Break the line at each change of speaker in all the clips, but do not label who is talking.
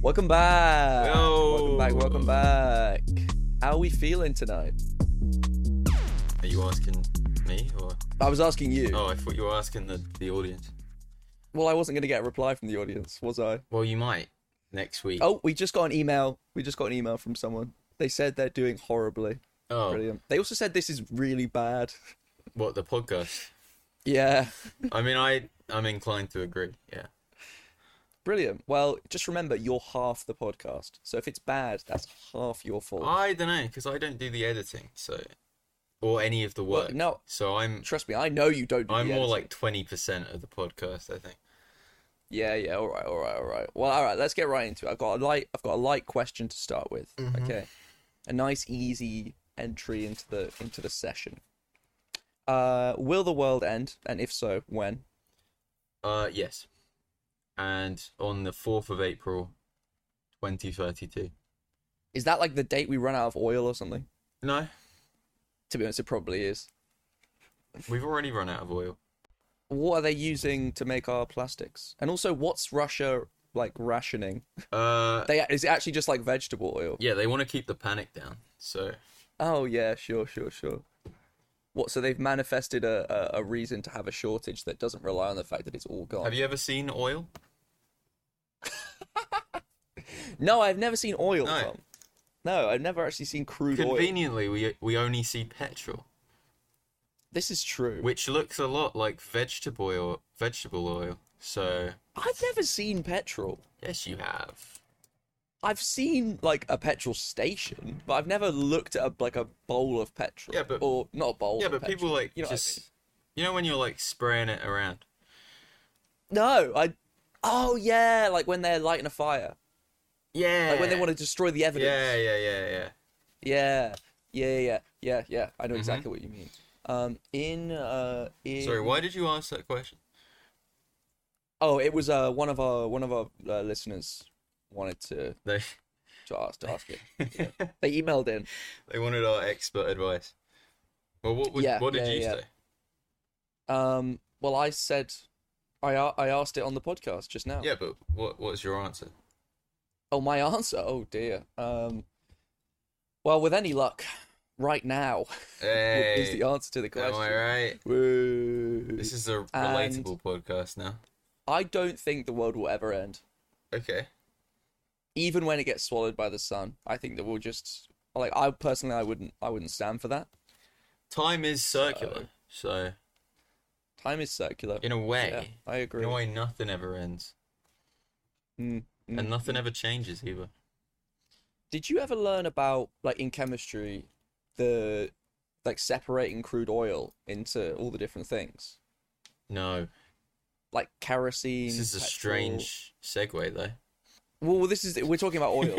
Welcome back.
Yo.
Welcome back. Welcome back. How are we feeling tonight?
Are you asking me or?
I was asking you.
Oh, I thought you were asking the, the audience.
Well, I wasn't going to get a reply from the audience, was I?
Well, you might next week.
Oh, we just got an email. We just got an email from someone. They said they're doing horribly.
Oh,
Brilliant. They also said this is really bad.
what the podcast?
Yeah.
I mean, I I'm inclined to agree. Yeah.
Brilliant. Well, just remember you're half the podcast. So if it's bad, that's half your fault.
I don't know because I don't do the editing, so or any of the
Well,
work.
no,
So I'm
trust me, I know you don't do
I'm
the
more
editing.
like twenty percent of the podcast. I think.
Yeah, yeah, all right, all right, all right. Well, all right, let's get right into it. I've got a light I've got a light question to start with. Okay. A nice easy entry into the into the session. Uh will the world end and if so, when?
Uh, yes. And on the fourth of April, twenty thirty two.
Is that like the date we run out of oil or something?
No,
To be honest, it probably is.
we've already run out of oil.
What are they using to make our plastics? And also what's Russia like rationing?
Uh,
They is it actually just like vegetable oil?
yeah, they want to keep the panic down, so.
Oh yeah, sure, sure, sure. What? So they've manifested a, a, a reason to have a shortage that doesn't rely on the fact that it's all gone.
Have you ever seen oil?
No, I've never seen oil.
No.
Tom. No, I've never actually seen crude oil.
Conveniently, we we only see petrol,
This is true.
which looks a lot like vegetable oil. Vegetable oil. So
I've never seen petrol.
yes, you have.
I've seen like a petrol station, but I've never looked at a, like a bowl of petrol.
Yeah, but-
or not a bowl.
Yeah,
of
but
petrol.
people like
you know what I
just you know when you're like spraying it around.
mean? no. I. Oh yeah, like when they're lighting a fire,
Yeah.
like when they want to destroy the evidence.
Yeah, yeah, yeah, yeah.
Yeah, yeah, yeah, yeah, yeah, yeah. I know
Mm-hmm.
exactly what you mean. Um, in uh, in
Sorry, why did you ask that question?
oh, it was uh one of our one of our uh, listeners wanted to
They
to ask to ask it. Yeah. they emailed in.
they wanted our expert advice. Well, what would,
Yeah,
what did
yeah,
you
yeah.
say?
Um, well, I said, I a- I asked it on the podcast just now.
Yeah, but what what's your answer?
Oh, my answer. Oh dear. Um, well, with any luck, right now
Hey,
is the answer to the
am I
question.
right?
Woo.
This is a
And-
relatable podcast now.
I don't think the world will ever end.
Okay.
even when it gets swallowed by the sun, I think that we'll just like I personally I wouldn't I wouldn't stand for that.
Time is
Uh,
circular, so
Time is circular.
in a
Yeah,
way,
I agree.
in a way, nothing ever ends.
Mm, mm.
And nothing ever changes either.
Did you ever learn about like in chemistry the like separating crude oil into all the different things?
No.
Like kerosene.
This is a
petrol-
strange segue, though.
Well, well, this is we're talking about oil.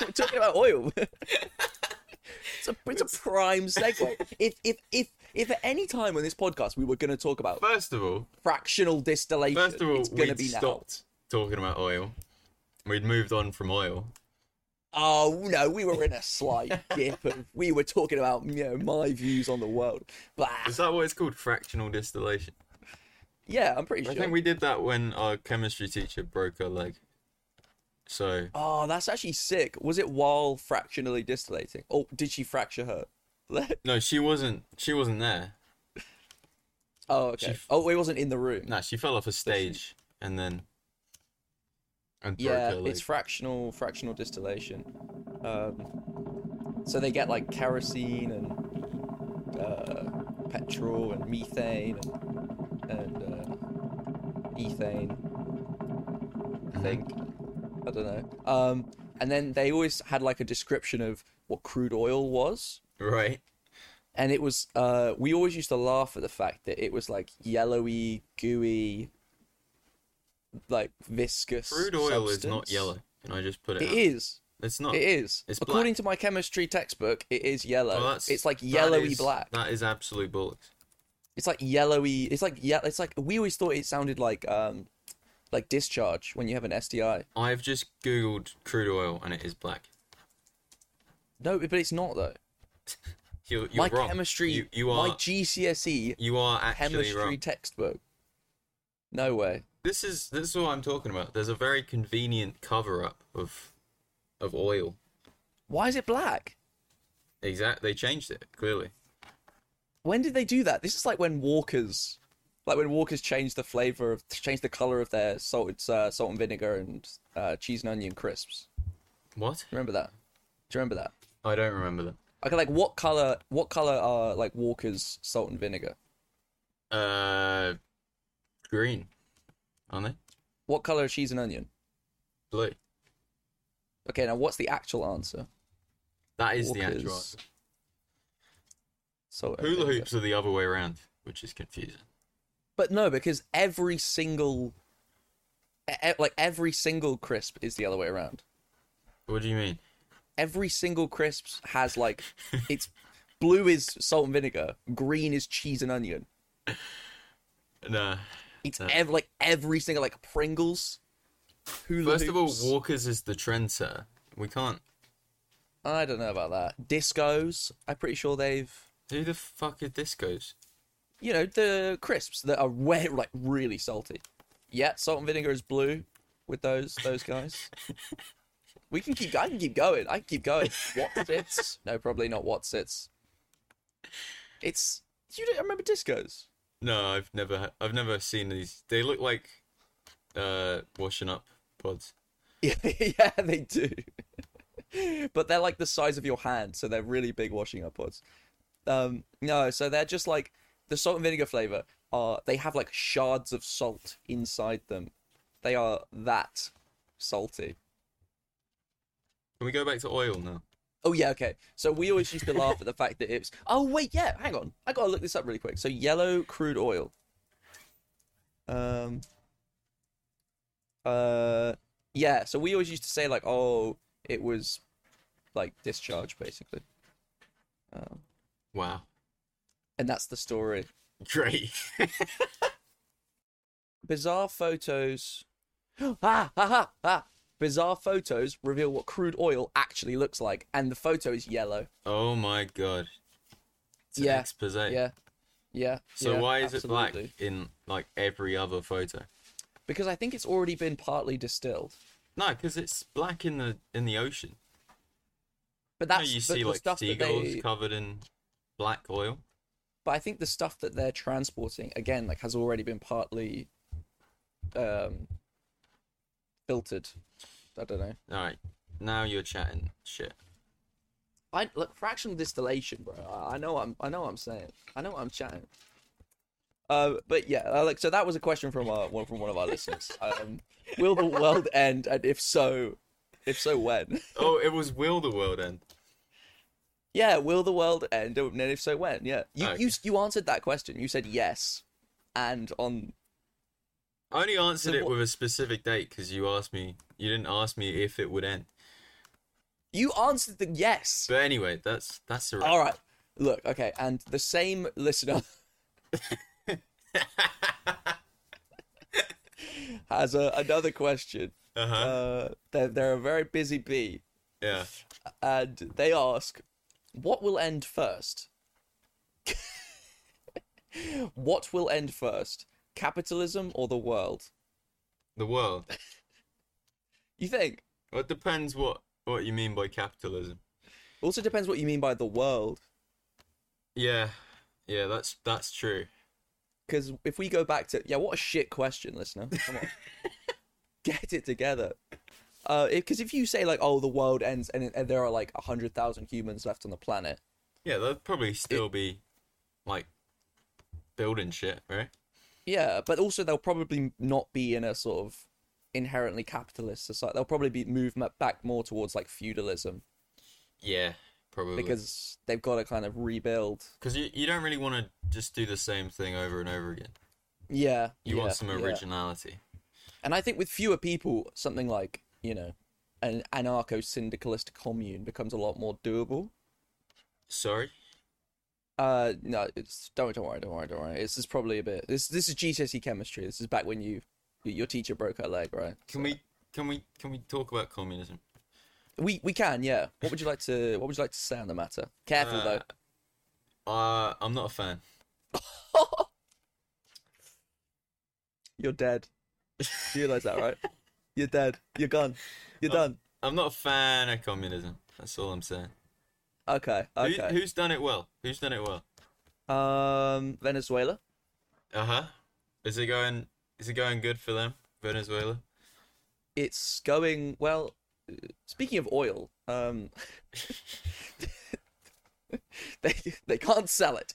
we're talking about oil. it's a it's a prime segue. If if if if at any time on this podcast we were going to talk about
First of all,
fractional distillation.
first of all,
it's gonna
we'd
be
stopped talking about oil. We'd moved on from oil.
now. Oh no, we were in a slight dip. and We were talking about you know my views on the world. But
Is that what it's called? Fractional distillation.
yeah, I'm pretty
I
sure.
think we did that when our chemistry teacher broke her leg. So
Oh, that's actually sick. Was it while fractionally distillating, or did she fracture her? leg?
no, she wasn't. She wasn't there.
oh, okay.
She-
Oh, it wasn't in the room.
Nah, she fell off a stage and then and broke
yeah,
her leg.
it's fractional fractional distillation. Um, so they get like kerosene and uh, petrol and methane and, and uh, ethane. I
Mhm.
think I don't know. Um, and then they always had like a description of what crude oil was,
Right.
and it was uh, we always used to laugh at the fact that it was like yellowy, gooey, like viscous.
Crude oil is not
substance.
yellow. Can I just put it?
It
out?
is.
It's not.
It is.
It's
According
black.
to my chemistry textbook, it is yellow.
Well, that's-
it's like
that
yellowy
is-
black.
That is absolute bollocks.
It's like yellowy. It's like yeah. It's like we always thought it sounded like um, like discharge when you have an STI.
I've just googled crude oil and it is black.
No, but it's not though.
You're,
my
you're wrong.
chemistry,
You, you
my
are.
GCSE
you are actually
E chemistry
wrong.
textbook. No way.
This is this is what I'm talking about. There's a very convenient cover up of of oil.
Why is it black?
Exact. They changed it clearly.
When did they do that? This is like when Walkers, like when Walkers changed the flavor of, changed the color of their salted uh, salt and vinegar and uh, cheese and onion crisps.
What?
Remember that? Do you remember that?
I don't remember that.
Okay, like what color? What color are like Walker's salt and vinegar?
Uh, green, aren't they?
What color are cheese and onion?
Blue.
Okay, now what's the actual answer?
That is the actual.
Walkers.
answer.
So
Hula hoops are the other way around, which is confusing.
but no, because every single, e- e- like every single crisp is the other way around.
What do you mean?
Every single crisp has like, it's blue is salt and vinegar, green is cheese and onion.
Nah.
It's ev- like every single like Pringles. Hula
First of all,
hoops.
Walkers is the trendsetter. We can't.
I don't know about that. Discos, I'm pretty sure they've
Who the fuck are discos?
you know the crisps that are way, like really salty. Yeah, salt and vinegar is blue with those those guys. we can keep. I can keep going. I can keep going. What's it's? No, probably not. What's it's? It's you don't remember discos?
No, I've never, ha- I've never seen these. They look like, uh, washing up pods.
Yeah, yeah, they do. but they're like the size of your hand, so they're really big washing up pods. Um, no, so they're just like the salt and vinegar flavor. Are they have like shards of salt inside them? They are that salty.
Can we go back to oil now?
Oh yeah, okay. So we always used to laugh at the fact that it's. Oh wait, yeah. Hang on, I gotta look this up really quick. So yellow crude oil. Um. Uh. Yeah. So we always used to say like, oh, it was, like discharge basically,
Wow,
and that's the story.
great.
Bizarre photos. ah, ah, ah, ah. Bizarre photos reveal what crude oil actually looks like, and the photo is yellow.
oh my god. It's an
Yeah,
expose.
Yeah. Yeah.
So
yeah,
why is it
absolutely.
black in like every other photo?
Because I think it's already been partly distilled.
No, because it's black in the in the ocean.
But
You know,
that's
you
but
see
the
like
stuff that
seagulls
they.
covered in black oil.
But I think the stuff that they're transporting again, like, has already been partly, um, filtered. I don't know.
All right, now you're chatting shit.
I look fractional distillation, bro. I, I know what I'm. I know what I'm saying. I know what I'm chatting. Uh, but yeah, uh, like so that was a question from our one from one of our listeners. Um, will the world end, and if so, if so, when?
Oh, it was Will the World End.
Yeah, will the world end? And if so, when? Yeah, you you
Okay.
you answered that question. You said yes, and on
I only answered
So
it
what-
with a specific date because you asked me. You didn't ask me if it would end.
You answered the yes.
But anyway, that's that's the
All right. Look, okay, and the same listener has a, another question.
Uh huh.
Uh, they're, they're a very busy bee,
yeah.
and they ask, "What will end first? what will end first, capitalism or the world?
The world.
You think?
Well, it depends what what you mean by capitalism.
Also depends what you mean by the world,
Yeah. Yeah. That's that's true.
because if we go back to yeah, what a shit question, listener. Come on, get it together. Because if, 'cause if you say like, "Oh, the world ends," and, and there are like hundred thousand humans left on the planet,
Yeah, they'll probably still be like building shit, right?
Yeah, but also they'll probably not be in a sort of inherently capitalist society. They'll probably be moved ma- back more towards like feudalism
Yeah, probably.
because they've got to kind of rebuild.
Because you, you don't really want to just do the same thing over and over again.
Yeah,
You
yeah,
want some
yeah.
originality.
And I think with fewer people, something like you know, an anarcho-syndicalist commune becomes a lot more doable.
Sorry?
Uh, no, it's don't don't worry, don't worry, don't worry. This is probably a bit. This this is GCSE E chemistry. This is back when you your teacher broke her leg, right?
Can we can we can we talk about communism?
We we can, yeah. What would you like to What would you like to say on the matter? Careful though.
Uh I'm not a fan.
You're dead. You realize that, right? You're dead. You're gone. You're done.
I'm not a fan of communism. That's all I'm saying.
Okay.
Who-
Okay.
who's done it well? Who's done it well?
Um, Venezuela.
Uh huh. Is it going? Is it going good for them, Venezuela?
It's going well. uh, Speaking of oil, um, they they can't sell it.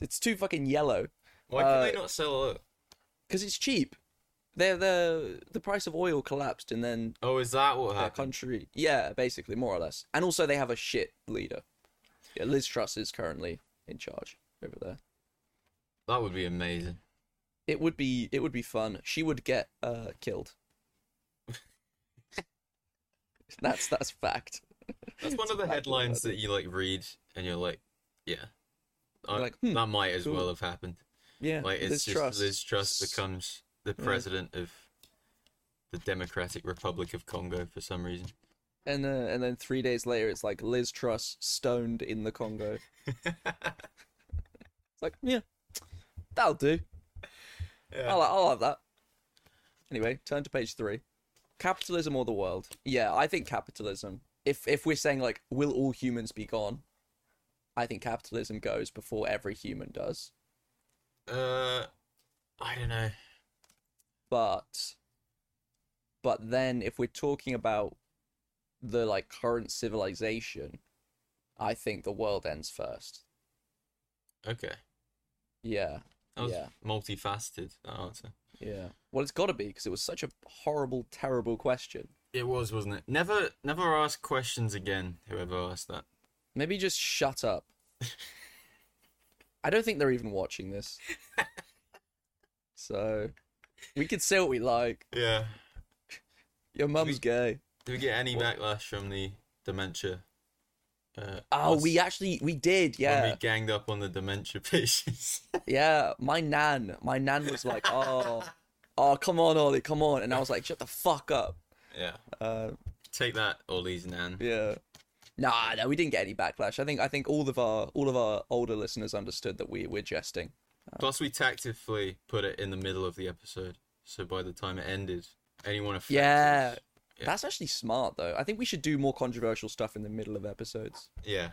It's too fucking yellow
Why can they
Uh,
not sell it?
because it's cheap. They're the the price of oil collapsed and then
Oh, is that what
their
happened?
country. Yeah, basically, more or less. And also, they have a shit leader. Yeah, Liz Truss is currently in charge over there.
That would be amazing.
It would be it would be fun. She would get uh killed. that's that's fact.
That's one of the headlines that you like read, and you're like, yeah, Uh,
You're like, hmm,
that might as
cool.
well have happened.
Yeah,
Like it's
Liz
just
Truss.
Liz Truss becomes the president of the Democratic Republic of Congo for some reason.
and uh, and then three days later, it's like Liz Truss stoned in the Congo. it's like yeah, that'll do.
Yeah.
I'll, I'll have that. Anyway, turn to page three. Capitalism or the world? Yeah, I think capitalism. If if we're saying like, will all humans be gone? I think capitalism goes before every human does.
Uh, I don't know.
but but then if we're talking about the like current civilization i think the world ends first
Okay,
yeah
that was
Yeah.
multifaceted. That answer.
yeah well it's got to be because it was such a horrible terrible question
It was, wasn't it? Never, never ask questions again. Whoever asked that.
maybe just shut up i don't think they're even watching this so we can say what we like
Yeah.
your mum's gay
Do we get any backlash from the dementia? Uh,
oh
us
we actually we did yeah
When we ganged up on the dementia patients.
Yeah, my nan, my nan was like, "Oh, oh, come on, Ollie, come on," and I was like, "Shut the fuck up."
yeah.
Uh,
Take that, Ollie's nan.
yeah. Nah, no, we didn't get any backlash. I think I think all of our all of our older listeners understood that we we're jesting.
Plus, we tactfully put it in the middle of the episode, so by the time it ended, anyone affected.
Yeah.
Yeah.
That's actually smart though. I think we should do more controversial stuff in the middle of episodes.
Yeah.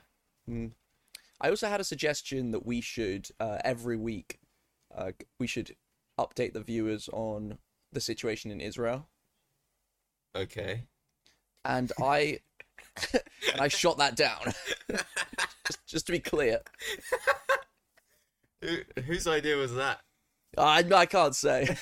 I also had a suggestion that we should uh, every week uh, we should update the viewers on the situation in Israel.
Okay.
and I and I shot that down. just, just to be clear,
Who, whose idea was that?
I I can't say.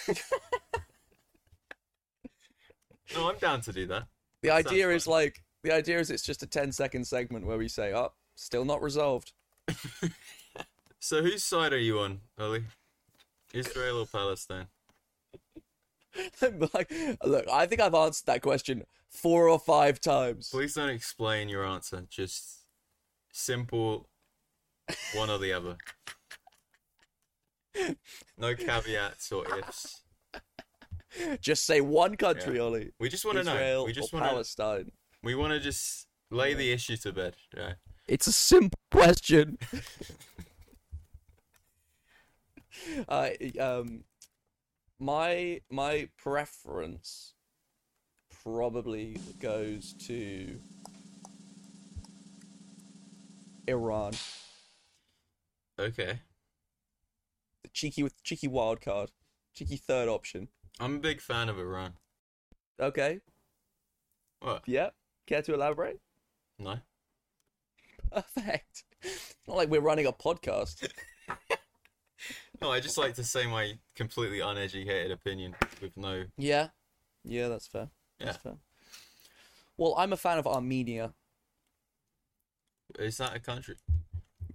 No, I'm down to do that.
The
Sounds
idea is
fun.
like the idea is it's just a 10 second segment where we say, "Oh, still not resolved."
So, whose side are you on, Ollie? Israel or Palestine?
like, look, I think I've answered that question four or five times.
Please don't explain your answer. Just simple one or the other. No caveats or ifs.
Just say one country,
Yeah.
Ollie.
We just want to know.
Israel
We just
or
want to.
Palestine.
We want to just lay the issue to bed. Yeah.
It's a simple question. uh, um, my my preference probably goes to Iran.
Okay.
The cheeky with cheeky wild card, cheeky third option.
I'm a big fan of Iran.
Okay,
What?
yeah. Care to elaborate?
No.
Perfect. Not like we're running a podcast.
No, I just like to say my completely uneducated opinion with no.
Yeah. Yeah, that's fair.
Yeah.
That's fair. Well, I'm a fan of Armenia.
Is that a country?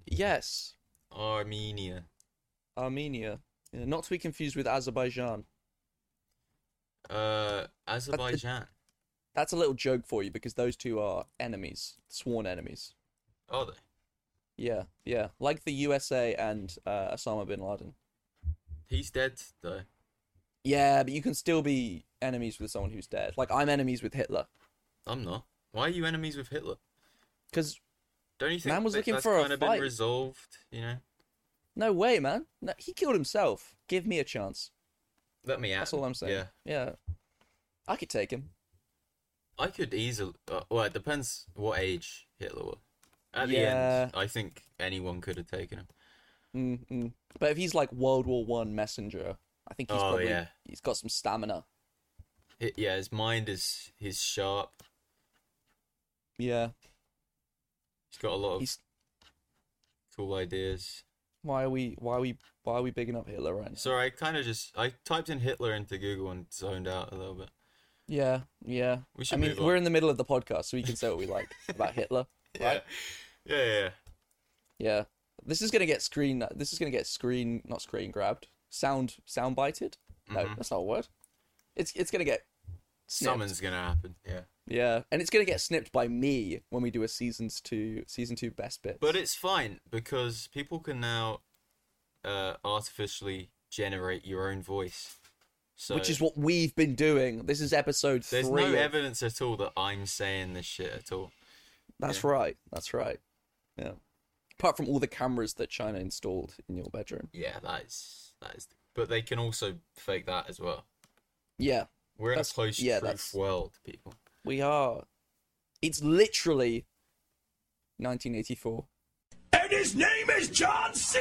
Yes,
Armenia.
Armenia. Yeah, not to be confused with Azerbaijan.
Uh, Azerbaijan.
That's a little joke for you because those two are enemies, sworn enemies.
Are they?
Yeah, yeah. Like the USA and uh, Osama bin Laden.
He's dead though.
Yeah, but you can still be enemies with someone who's dead. Like I'm enemies with Hitler
I'm not. Why are you enemies with Hitler?
because
Don't you think
Man was
that-
looking
that's
for a
kind of
fight.
been resolved? You know,
no way, man. No, he killed himself. Give me a chance.
Let me
That's
ask.
all I'm saying.
Yeah.
yeah. I could take him.
I could easily. Uh, well, it depends what age Hitler was. At the
Yeah.
end, I think anyone could have taken him.
Mm-mm. But if he's like World War One messenger, I think he's
Oh,
probably
yeah.
he's got some stamina.
Hi- yeah, his mind is he's sharp.
Yeah.
He's got a lot of
He's
cool ideas.
why are we why are we why are we bigging up Hitler right now?
Sorry, I kind of just I typed in Hitler into Google and zoned out a little bit.
Yeah, yeah.
We
I
should
mean,
move on.
we're in the middle of the podcast, so we can say what we like about Hitler.
yeah. yeah, yeah, yeah.
Yeah. This is gonna get screen. This is gonna get screen, not screen grabbed. Sound, sound bited. No,
Mhm.
that's not a word. It's it's gonna get snipped.
Something's gonna happen. Yeah,
Yeah, and it's gonna get snipped by me when we do a seasons two, season two best bits.
but it's fine because people can now uh, artificially generate your own voice. So
which is what we've been doing. This is episode
there's
three.
no
of-
evidence at all that I'm saying this shit at all.
That's right. That's right. Yeah. Apart from all the cameras that China installed in your bedroom.
Yeah, that is that is. But they can also fake that as well.
Yeah,
We're in
That's-
a close
yeah,
truth
that's-
world, people.
we are. It's literally 1984.
And his name is John C.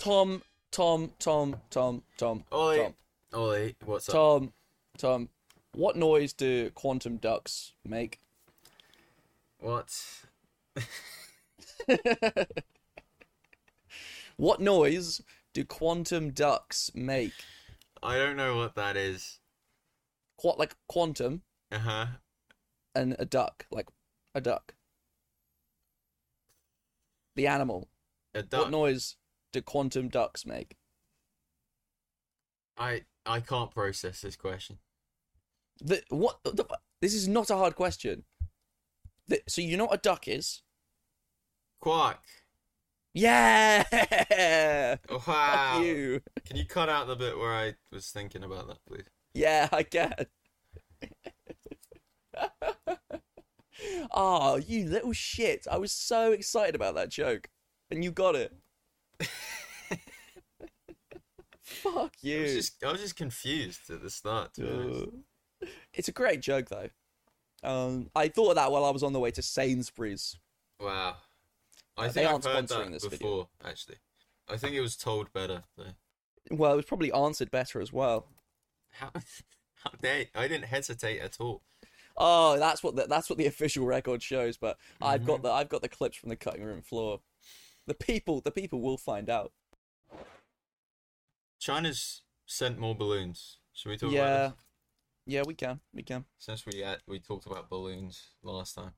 Tom, Tom, Tom, Tom, Tom,
Oi,
Tom,
Ollie, what's up?
Tom, Tom. What noise do quantum ducks make?
What?
What noise do quantum ducks make?
I don't know what that is.
Quite like quantum
Uh huh.
and a duck, like a duck. The animal.
A duck.
What noise do quantum ducks make?
I I can't process this question.
The, what? The, this is not a hard question. The, so you know what a duck is?
Quark.
Yeah.
Wow.
Fuck you.
Can you cut out the bit where I was thinking about that, please?
Yeah, I can. oh, you little shit. I was so excited about that joke. And you got it. Fuck
I was
you.
just I was just confused at the start. To be honest.
Uh, It's a great joke, though. Um, I thought of that while I was on the way to Sainsbury's.
Wow. I
they
think I've
aren't
heard
sponsoring
that
this video.
before, actually. I think it was told better though.
Well, it was probably answered better as well.
How how dare I didn't hesitate at all.
Oh, that's what the, that's what the official record shows. But I've
Mm-hmm.
got the I've got the clips from the cutting room floor. The people the people will find out.
China's sent more balloons. Should we talk
yeah,
about this?
yeah, we can, we can.
Since we had, we talked about balloons last time.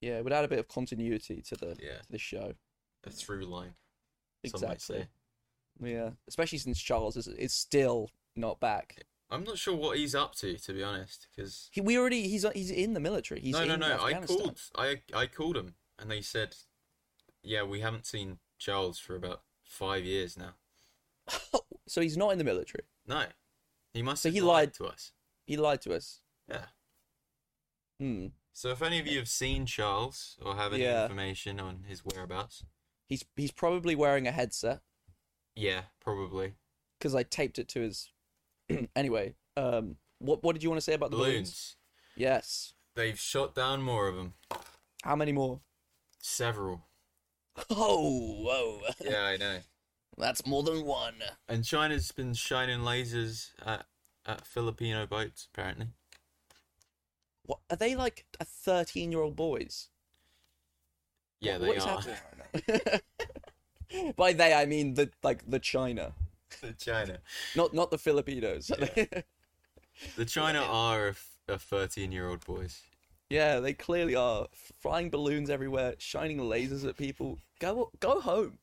Yeah, it would add a bit of continuity to the
Yeah.
to the show.
A through line, some might
Exactly.
say.
Yeah, especially since Charles is is still not back.
I'm not sure what he's up to, to be honest, because
He we already he's he's in the military. He's
no, no,
in
no. I
Afghanistan.
called. I I called him, and they said, "Yeah, we haven't seen Charles for about five years now."
So he's not in the military.
No, he must.
So
have
he lied.
to us.
He lied to us.
Yeah.
Hmm.
So if any of you have seen Charles or have any
Yeah.
information on his whereabouts,
He's he's probably wearing a headset
yeah, probably
because I taped it to his. anyway, um, what what did you want to say about the
balloons.
balloons? Yes.
They've shot down more of them.
How many more?
Several.
Oh, whoa!
Yeah, I know.
That's more than one.
And China's been shining lasers at at Filipino boats, apparently.
What are they like? A thirteen-year-old boys?
Yeah,
what
they
is
are.
happening right now? By they, I mean the like the China,
The China.
not not the Filipinos. Yeah,
The China are a f- a thirteen-year-old boys.
they clearly are flying balloons everywhere, shining lasers at people. Go go home.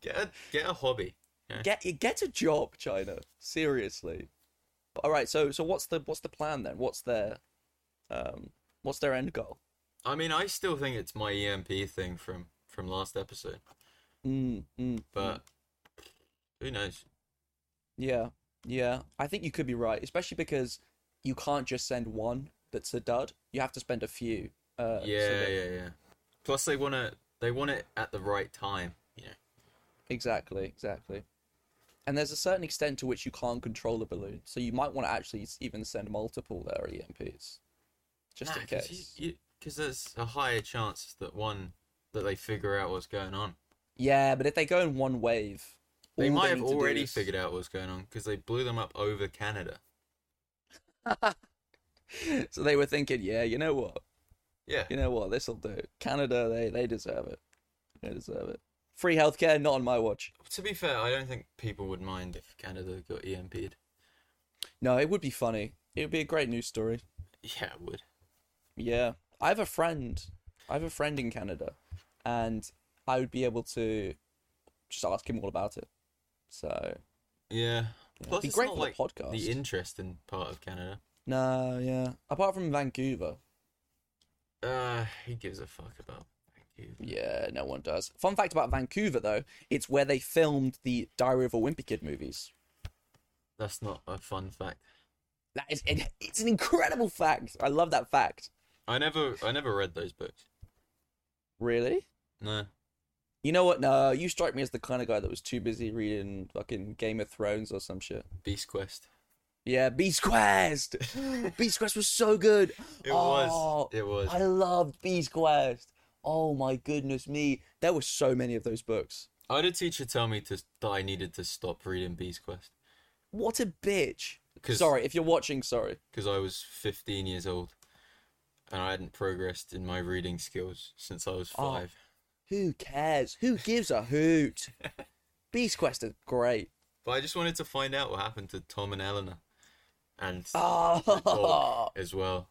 Get a, get a hobby.
Get get a job, China. Seriously. But, all right. So so what's the what's the plan then? What's their um what's their end goal?
I mean, I still think it's my EMP thing from from last episode,
Mm, mm,
but who knows?
Yeah, yeah. I think you could be right, especially because you can't just send one that's a dud. You have to spend a few Uh, so
yeah,
that-
yeah, yeah. Plus, they want to they want it at the right time. You know.
Exactly, exactly. And there's a certain extent to which you can't control the balloon, so you might want to actually s- even send multiple there are EMPs, just in case.
Because there's a higher chance that one that they figure out what's going on.
Yeah, but if they go in one wave,
They
all
might have
need to do
already
is-
figured out what's going on because they blew them up over Canada.
So they were thinking, yeah, you know what,
Yeah.
you know what, this'll do. Canada, they they deserve it. They deserve it. Free healthcare, not on my watch.
To be fair, I don't think people would mind if Canada got EMP'd.
No, it would be funny. It would be a great news story.
Yeah, it would.
Yeah, I have a friend. I have a friend in Canada, and I would be able to just ask him all about it. So
Yeah. Plus,
be
it's
great for
not
the
like
podcast.
the interesting part of Canada.
no, yeah. Apart from Vancouver,
Uh, he gives a fuck about Vancouver.
yeah, no one does. Fun fact about Vancouver though, it's where they filmed the Diary of a Wimpy Kid movies.
That's not a fun fact.
That is, it, it's an incredible fact. I love that fact.
I never, I never read those books.
Really?
No.
You know what? No, you strike me as the kind of guy that was too busy reading fucking Game of Thrones or some shit.
Beast Quest.
Yeah, Beast Quest. Beast Quest was so good.
It
Oh,
was. It was.
I loved Beast Quest. Oh my goodness me! There were so many of those books.
I had a teacher tell me to that I needed to stop reading Beast Quest
What a bitch.
'Cause-
Sorry, if you're watching, sorry.
because I was 15 years old and I hadn't progressed in my reading skills since I was
Oh.
five.
Who cares? Who gives a hoot? Beast Quest is great.
But I just wanted to find out what happened to Tom and Eleanor and
Oh,
Dog as well.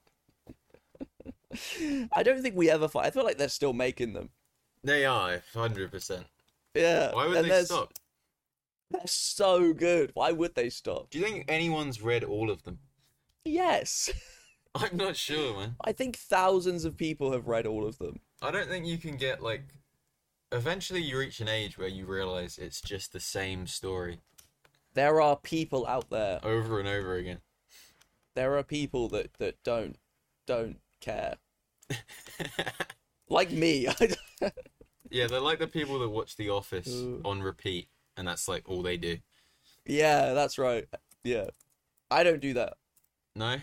I don't think we ever find. I feel like they're still making them.
They are 100%.
Yeah.
Why would
and
they
there's-
stop?
They're so good. Why would they stop?
Do you think anyone's read all of them?
Yes.
I'm not sure, man.
I think thousands of people have read all of them.
I don't think you can get like. Eventually, you reach an age where you realize it's just the same story
There are people out there.
over and over again.
There are people that that don't don't care. Like me. I don't-
Yeah, they're like the people that watch The Office
Ooh.
on repeat, and that's like all they do.
yeah, that's right. Yeah. I don't do that.
No,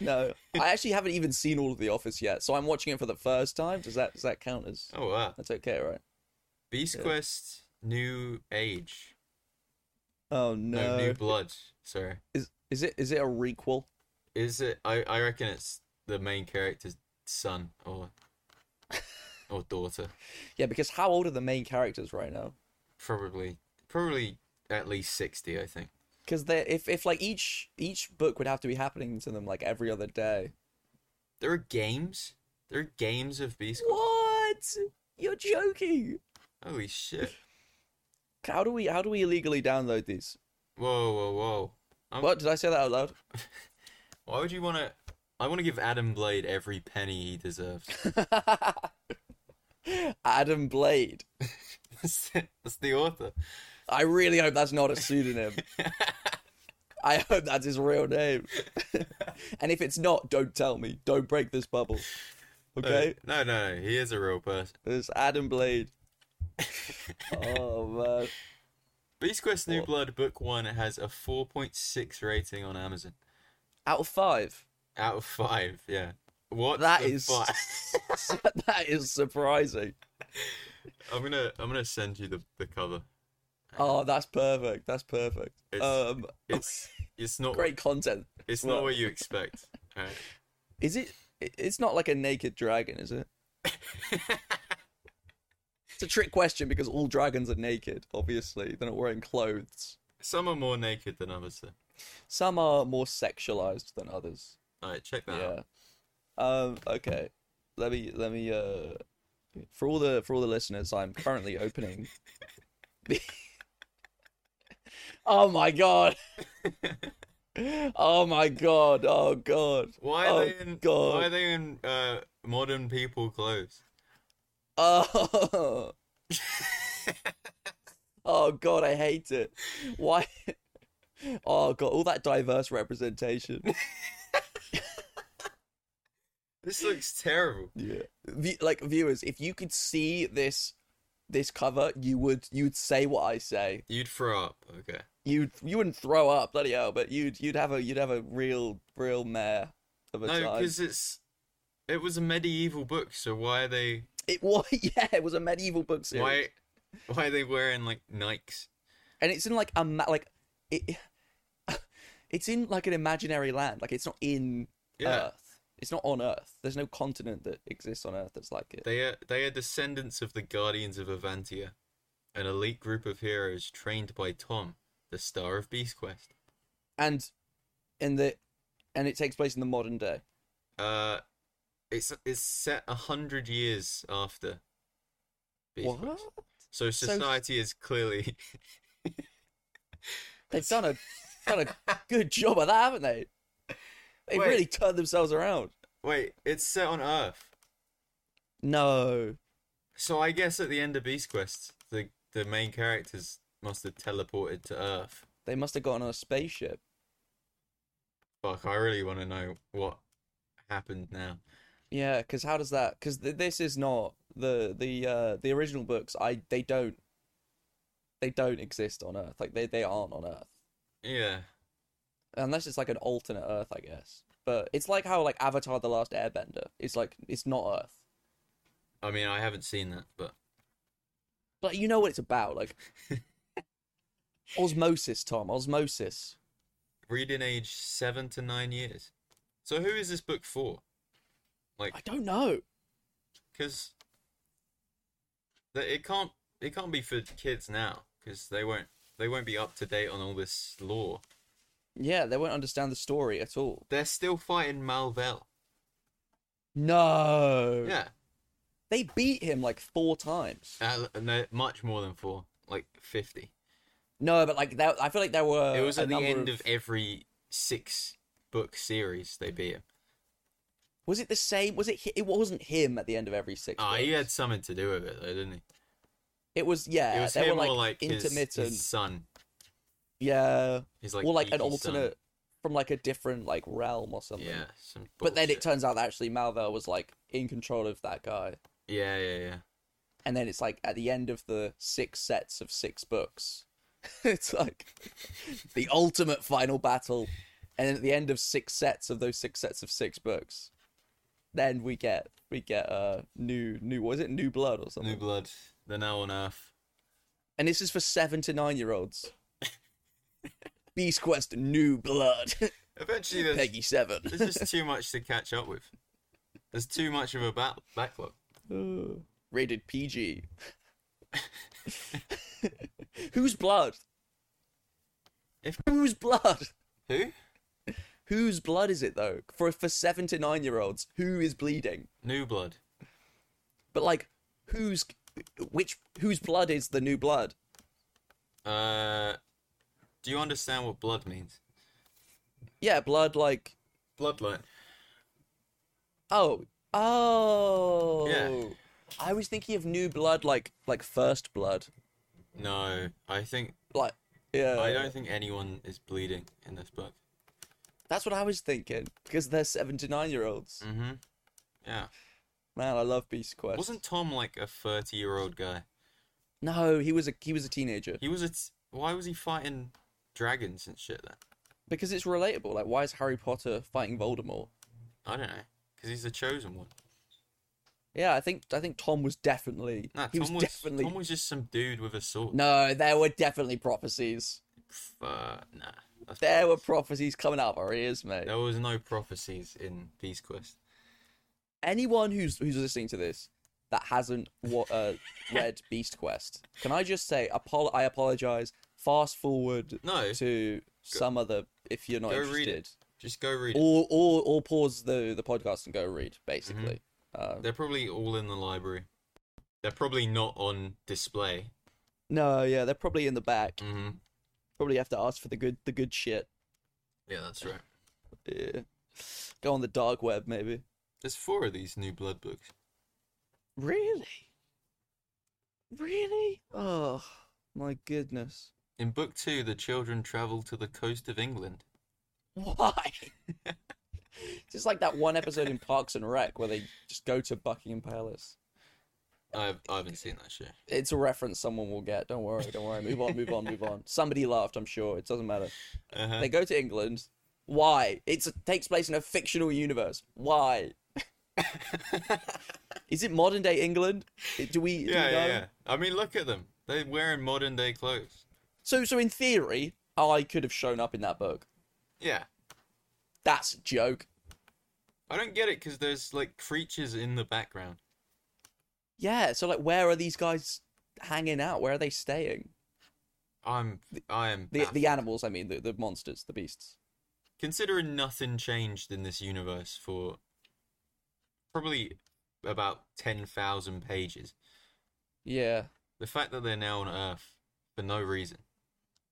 No. I actually haven't even seen all of The Office yet, so I'm watching it for the first time. Does that does that count as
oh wow,
That's okay, right?
Beast Quest New Age,
Oh
no,
no.
New Blood. Sorry,
Is is it is it a requel?
is it? I I reckon it's the main character's son or or daughter,
Yeah, because how old are the main characters right now?
probably probably at least sixty, I think.
Because they if if like each each book would have to be happening to them like every other day.
There are games. There are games of Beast Quest.
What? You're joking.
Holy shit!
How do we how do we illegally download these?
Whoa, whoa, whoa! Um,
What did I say that out loud?
Why would you want to? I want to give Adam Blade every penny he deserves.
Adam Blade.
that's, the, that's the author.
I really hope that's not a pseudonym. I hope that's his real name. and if it's not, don't tell me. Don't break this bubble. Okay?
Uh, No, no, no. He is a real person.
There's Adam Blade. oh man.
Beast Quest New Blood Book One has a 4.6 rating on Amazon
Out of five.
out of five. Yeah. What
That
the
is-
fuck?
that is surprising.
I'm gonna I'm gonna send you the, the cover.
Oh, that's perfect. That's perfect.
It's-
um
It's it's not
great content.
it's
well-
not what you expect. Alright.
Is it it- it's not like a naked dragon, is it? it's a trick question because all dragons are naked, obviously. They're not wearing clothes.
Some are more naked than others. Though.
Some are more sexualized than others.
All right, check that out.
Yeah. Um, okay. Let me let me uh for all the for all the listeners, I'm currently opening the- Oh my god. oh my god. Oh god.
Why are
oh,
they in
god.
Why are they in uh, modern people clothes?
Oh. oh god, I hate it. Why? Oh god, all that diverse representation.
This looks terrible.
Yeah. V- like viewers, if you could see this this cover, you would you would say what I say.
You'd throw up. Okay.
You you wouldn't throw up, bloody hell, but you'd you'd have a you'd have a real real mare of a
no,
time.
because it's it was a medieval book, so why are they
It was yeah, it was a medieval book series.
why why are they wearing like Nikes?
and it's in like a ma- like it, it's in like an imaginary land like it's not in
Yeah.
earth it's not on earth there's no continent that exists on earth that's like it
They are they are descendants of the Guardians of Avantia, an elite group of heroes trained by Tom, the star of Beast Quest.
and and the and it takes place in the modern day
Uh, it's it's set a hundred years after. Beast
what
Quest. So society is clearly
they've done a done a good job of that haven't they they've
Wait.
really turned themselves around
wait. It's set on Earth.
no
So I guess at the end of Beast Quest, the the main characters must have teleported to Earth.
they must have gone on a spaceship
Fuck, I really want to know what happened now.
yeah because how does that because th- this is not the the uh the original books i they don't they don't exist on earth like they they aren't on earth
Yeah,
unless it's like an alternate Earth, I guess. But it's like how like Avatar: The Last Airbender. It's like it's not Earth,
I mean I haven't seen that, but
but you know what it's about. Like osmosis, Tom. Osmosis.
reading age seven to nine years. So who is this book for?
I don't know.
Because it can't it can't be for kids now because they won't they won't be up to date on all this lore.
Yeah, they won't understand the story at all.
They're still fighting Malvel.
No.
Yeah,
They beat him like four times.
uh, no, much more than four, like fifty.
No, but like that, I feel like there were.
it was
Uh, a
at the
number
end of every six book series they beat him.
Was it the same? Was it? hi- It wasn't him at the end of every six.
Ah, he
books.
had something to do with it, though, didn't he?
It was yeah.
it was
Uh, they
him
were like,
or like his-
intermittent.
His, son.
Yeah,
He's like
or like an
Kiki's son.
alternate from like a different like realm or something.
Yeah, some.
But then it
bullshit.
turns out that actually Malvel was like in control of that guy.
Yeah, yeah, yeah.
And then it's like at the end of the six sets of six books, it's like the ultimate final battle. And then at the end of six sets of those six sets of six books, then we get we get uh new new was it new blood or something?
New blood. They're now on Earth.
And this is for seven to nine year olds. Beast Quest New Blood,
Eventually, there's,
Peggy Seven.
there's just too much to catch up with. There's too much of a bat- backlog.
Uh, rated PG. Whose blood?
If-
Whose blood?
Who?
Whose blood is it though? For for seven to nine year olds, who is bleeding?
New blood.
But like, whose which whose blood is the new blood?
Uh, do you understand what blood means?
Yeah, blood like
Bloodline.
oh oh. I was thinking of new blood like like first blood
No, I think
like yeah.
I don't think anyone is bleeding in this book.
That's what I was thinking because they're seven to nine year olds.
Mm-hmm. Yeah.
Man, I love Beast Quest.
Wasn't Tom like a thirty-year-old guy?
No, he was a he was a teenager.
He was a. T- why was he fighting dragons and shit then?
Because it's relatable. Like, why is Harry Potter fighting Voldemort?
I don't know. Because he's the chosen one.
Yeah, I think I think Tom was definitely
Nah,
he
Tom
was
was,
definitely
Tom was just some dude with a sword.
no. There were definitely prophecies.
Uh, nah. That's
There were
bollocks.
prophecies coming out of our ears, mate.
There was no prophecies in Beast Quest.
Anyone who's who's listening to this that hasn't wa- uh, read Beast Quest, can I just say, apol- I apologize. Fast forward
No,
to some other if you're not
go read
interested,
it. just go read it.
or or or pause the the podcast and go read. Basically, uh,
They're probably all in the library. They're probably not on display.
no, yeah, they're probably in the back.
Mm-hmm.
Probably have to ask for the good the good shit.
Yeah, that's right.
Yeah. Go on the dark web, maybe.
There's four of these new Blood books.
Really? Really? Oh, my goodness.
In book two, the children travel to the coast of England.
Why? It's like that one episode in Parks and Rec where they just go to Buckingham Palace.
I've, I haven't seen that shit.
It's a reference someone will get. Don't worry, don't worry. Move on, move on, move on. Somebody laughed, I'm sure. It doesn't matter.
Uh-huh.
They go to England. Why? It's, it takes place in a fictional universe. Why? Is it modern day England? Do we? do we
yeah,
know?
yeah, yeah. I mean, look at them. They're wearing modern day clothes.
So, so in theory, I could have shown up in that book.
Yeah.
That's a joke.
I don't get it because there's like creatures in the background.
Yeah. So, like, where are these guys hanging out? Where are they staying?
I'm, I am.
The
baffled.
the animals, I mean, the, the monsters, the beasts.
Considering nothing changed in this universe for probably about ten thousand pages,
Yeah.
the fact that they're now on Earth for no reason.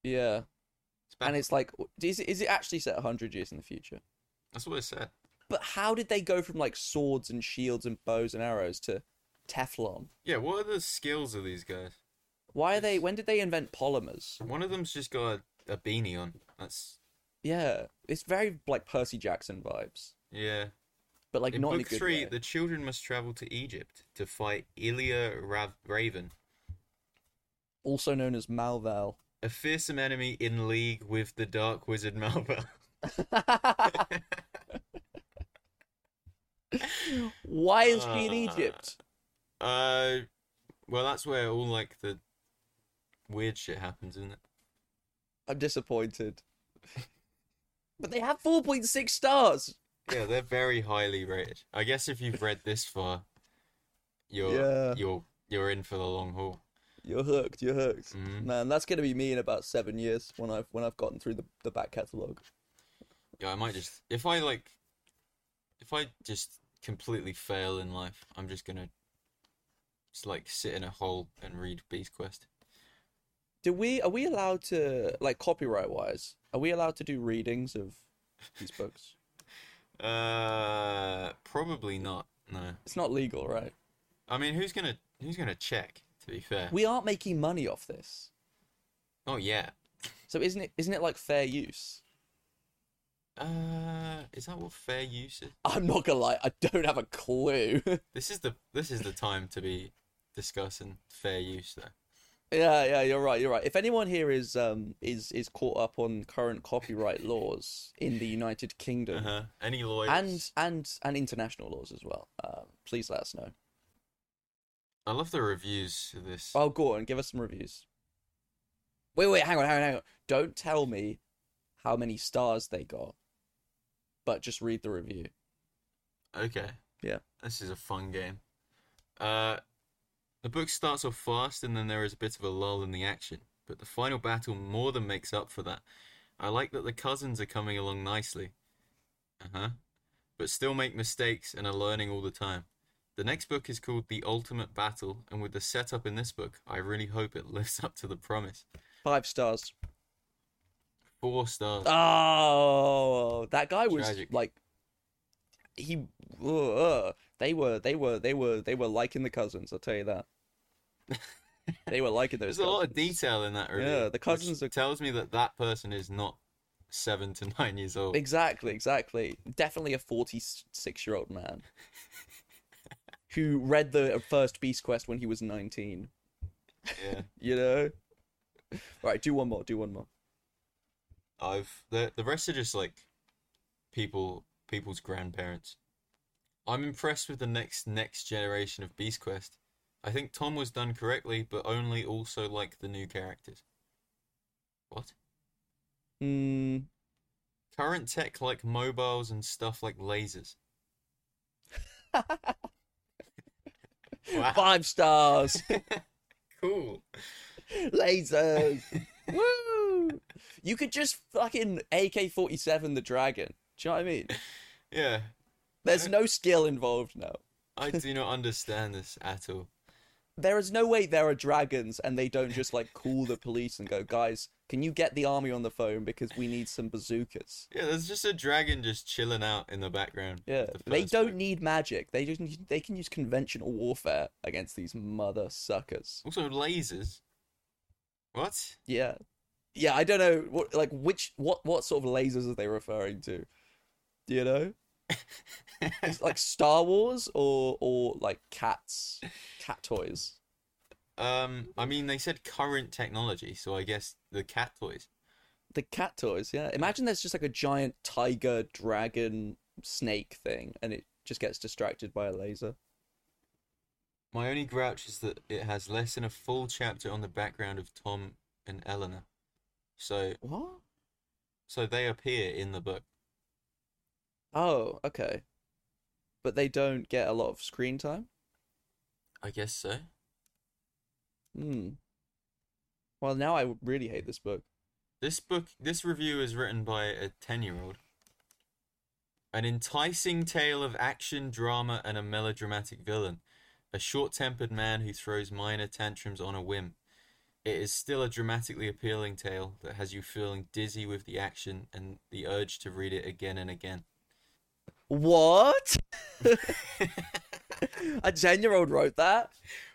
Yeah.
It's
And
baffling.
it's like, is it, is it actually set 100 years in the future?
That's what it said.
But how did they go from like swords and shields and bows and arrows to Teflon?
Yeah, what are the skills of these guys?
Why are they? When did they invent polymers?
One of them's just got a, a beanie on. That's
Yeah, it's very like Percy Jackson vibes,
yeah.
but like
in
not in a
book
good
three,
way.
the children must travel to Egypt to fight Ilya Rav- Raven,
Also known as Malval.
a fearsome enemy in league with the dark wizard Malva.
Why is she in
Uh,
Egypt?
Uh, well, that's where all like the weird shit happens, isn't it?
I'm disappointed. But they have 4.6 stars.
Yeah, they're very highly rated. I guess if you've read this far, you're
Yeah.
you're you're in for the long haul.
You're hooked. You're hooked,
Mhm.
man. That's gonna be me in about seven years when I've when I've gotten through the, the back catalogue.
Yeah, I might just if I like if I just completely fail in life, I'm just gonna just like sit in a hole and read Beast Quest.
Do we are we allowed to like copyright wise? Are we allowed to do readings of these books?
Uh, probably not. No,
It's not legal, right?
I mean, who's gonna who's gonna check? To be fair,
We aren't making money off this,
oh yeah.
so isn't it isn't it like fair use?
Uh, is that what fair use is?
I'm not gonna lie, I don't have a clue. yeah,
This is the this is the time to be discussing fair use though.
yeah, you're right, you're right. If anyone here is um is is caught up on current copyright laws in the United Kingdom
Uh-huh. Any lawyers?
and and and international laws as well, um, please let us know.
I love the reviews to this.
Oh, go on, give us some reviews. Wait, wait, hang on, hang on, hang on. Don't tell me how many stars they got, but just read the review.
Okay.
Yeah.
This is a fun game. Uh, the book starts off fast and then there is a bit of a lull in the action, but the final battle more than makes up for that. I like that the cousins are coming along nicely. Uh huh. But still make mistakes and are learning all the time. The next book is called The Ultimate Battle, and with the setup in this book, I really hope it lives up to the promise.
Five stars.
Four stars.
Ah, Oh, that guy was
Tragic.
like he. ugh. they were, they were, they were, they were liking the cousins. I'll tell you that. they were liking those.
There's a lot of
cousins.
detail in that review.
Yeah, the
which
cousins are-
tells me that that person is not seven to nine years old.
Exactly, exactly. Definitely a forty-six-year-old man who read the first Beast Quest when he was nineteen.
Yeah,
You know. Right, do one more. Do one more.
I've the the rest are just like people people's grandparents. I'm impressed with the next next generation of Beast Quest. I think Tom was done correctly, but only also like the new characters. What?
Hmm.
Current tech like mobiles and stuff like lasers. wow.
Five stars.
Cool.
Lasers. Woo! You could just fucking AK forty seven the dragon. Do you know what I mean?
Yeah.
There's no skill involved now.
I do not understand this at all.
There is no way there are dragons and they don't just like call the police and go, guys, can you get the army on the phone because we need some bazookas.
Yeah, there's just a dragon just chilling out in the background. of
Yeah,
the
they
first
don't
book.
need magic. They just need, they can use conventional warfare against these mother suckers.
Also, lasers. What?
Yeah, yeah. I don't know what like which what what sort of lasers are they referring to? Do you know? It's like Star Wars or or like cats, cat toys.
Um, I mean, they said current technology, so I guess the cat toys.
The cat toys, yeah. Imagine there's just like a giant tiger, dragon, snake thing, and it just gets distracted by a laser.
My only grouch is that it has less than a full chapter on the background of Tom and Eleanor. So,
What?
so they appear in the book.
Oh, okay. But they don't get a lot of screen time.
I guess so.
Hmm. Well, now I really hate this book.
This book, this review is written by a 10 year old. An enticing tale of action, drama, and a melodramatic villain. A short tempered man who throws minor tantrums on a whim. It is still a dramatically appealing tale that has you feeling dizzy with the action and the urge to read it again and again.
What? a ten-year-old wrote that.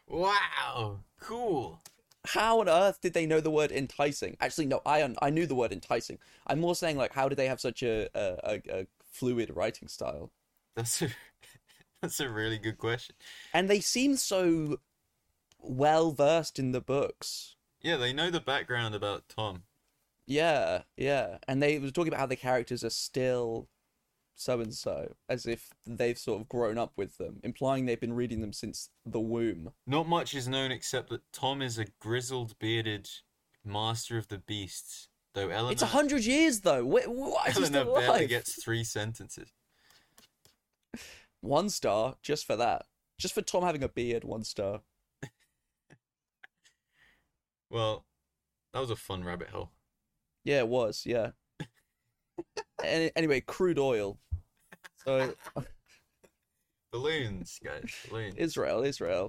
Wow! Cool!
How on earth did they know the word enticing? Actually, no, I un- I knew the word enticing. I'm more saying like, how did they have such a a, a, a fluid writing style?
That's a, that's a really good question.
and they seem so well versed in the books.
Yeah, they know the background about Tom.
Yeah, yeah. And they was talking about how the characters are still so and so, as if they've sort of grown up with them, implying they've been reading them since the womb.
Not much is known except that Tom is a grizzled, bearded master of the beasts. Though Eleanor,
It's a hundred years though. Wait, why is he
Eleanor
still
barely
alive?
gets three sentences.
One star just for that. Just for Tom having a beard, one star.
Well, that was a fun rabbit hole.
Yeah, it was. Yeah. Any- anyway, crude oil. So
Balloons, guys. Balloons.
Israel, Israel.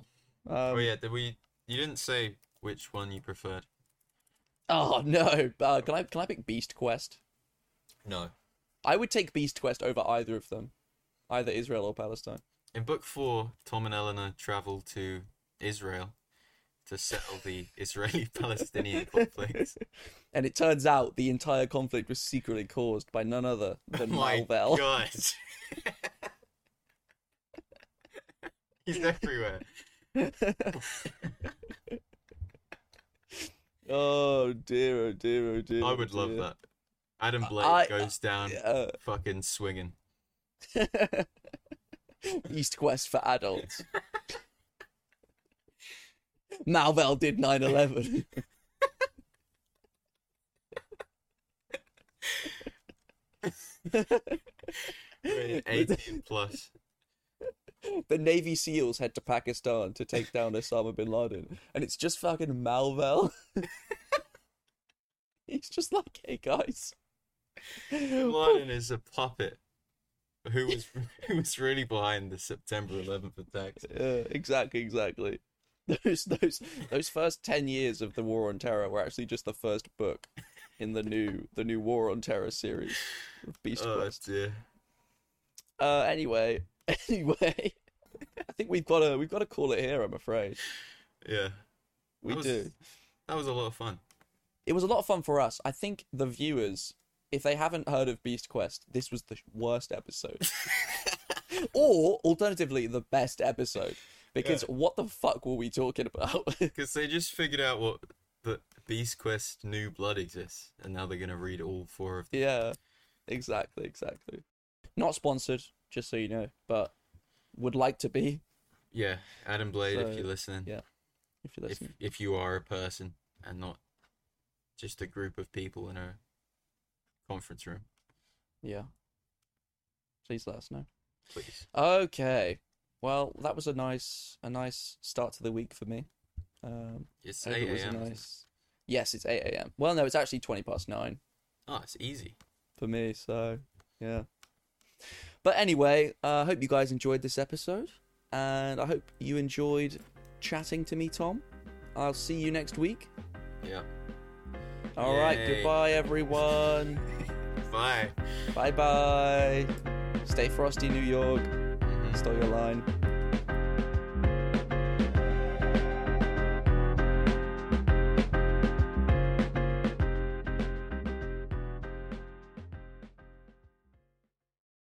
Um,
oh yeah, did we? You didn't say which one you preferred.
Oh no! Uh, can I can I pick Beast Quest?
No.
I would take Beast Quest over either of them, either Israel or Palestine.
In book four, Tom and Eleanor travel to Israel to settle the Israeli-Palestinian conflict.
And it turns out the entire conflict was secretly caused by none other than
My
Malvel.
God. He's everywhere.
Oh dear, oh dear, oh dear.
I
oh
would love
dear.
that. Adam Blake
I-
goes down
Yeah.
fucking swinging.
East Quest for adults. Malvel did 9 11.
Rated 18 plus.
the Navy SEALs head to Pakistan to take down Osama bin Laden, and it's just fucking Malvel. He's just like, hey guys.
Laden is a puppet who was who was really behind the September 11th attacks.
Yeah, exactly, exactly. Those those those first ten years of the War on Terror were actually just the first book in the new the new War on Terror series of Beast
Oh
Quest.
dear.
Uh, anyway, anyway, I think we've got to we've got to call it here. I'm afraid
Yeah.
we
That was-
do.
That was a lot of fun.
it was a lot of fun for us. I think the viewers, if they haven't heard of Beast Quest, this was the worst episode. or alternatively, the best episode. Because what the fuck were we talking about?
Because they just figured out what that Beast Quest New Blood exists, and now they're gonna read all four of them.
yeah, exactly, exactly. Not sponsored, just so you know, but would like to be
Yeah, Adam Blade,
So,
if you're listening,
yeah, if you're
if
listening.
if you are a person and not just a group of people in a conference room,
Yeah. Please let us know.
please.
Okay. Well, that was a nice a nice start to the week for me. Um
It's
Hope
8
it was a
a.m. isn't it?
nice. Yes, it's 8 a.m. Well, no, it's actually 20 past 9
Oh, it's easy.
for me, so yeah. But anyway, I uh, hope you guys enjoyed this episode, and I hope you enjoyed chatting to me, Tom. I'll see you next week.
Yeah.
All right,
Yay.
goodbye, everyone.
Bye.
Mm-hmm. bye bye. Stay frosty, New York. Stole your line.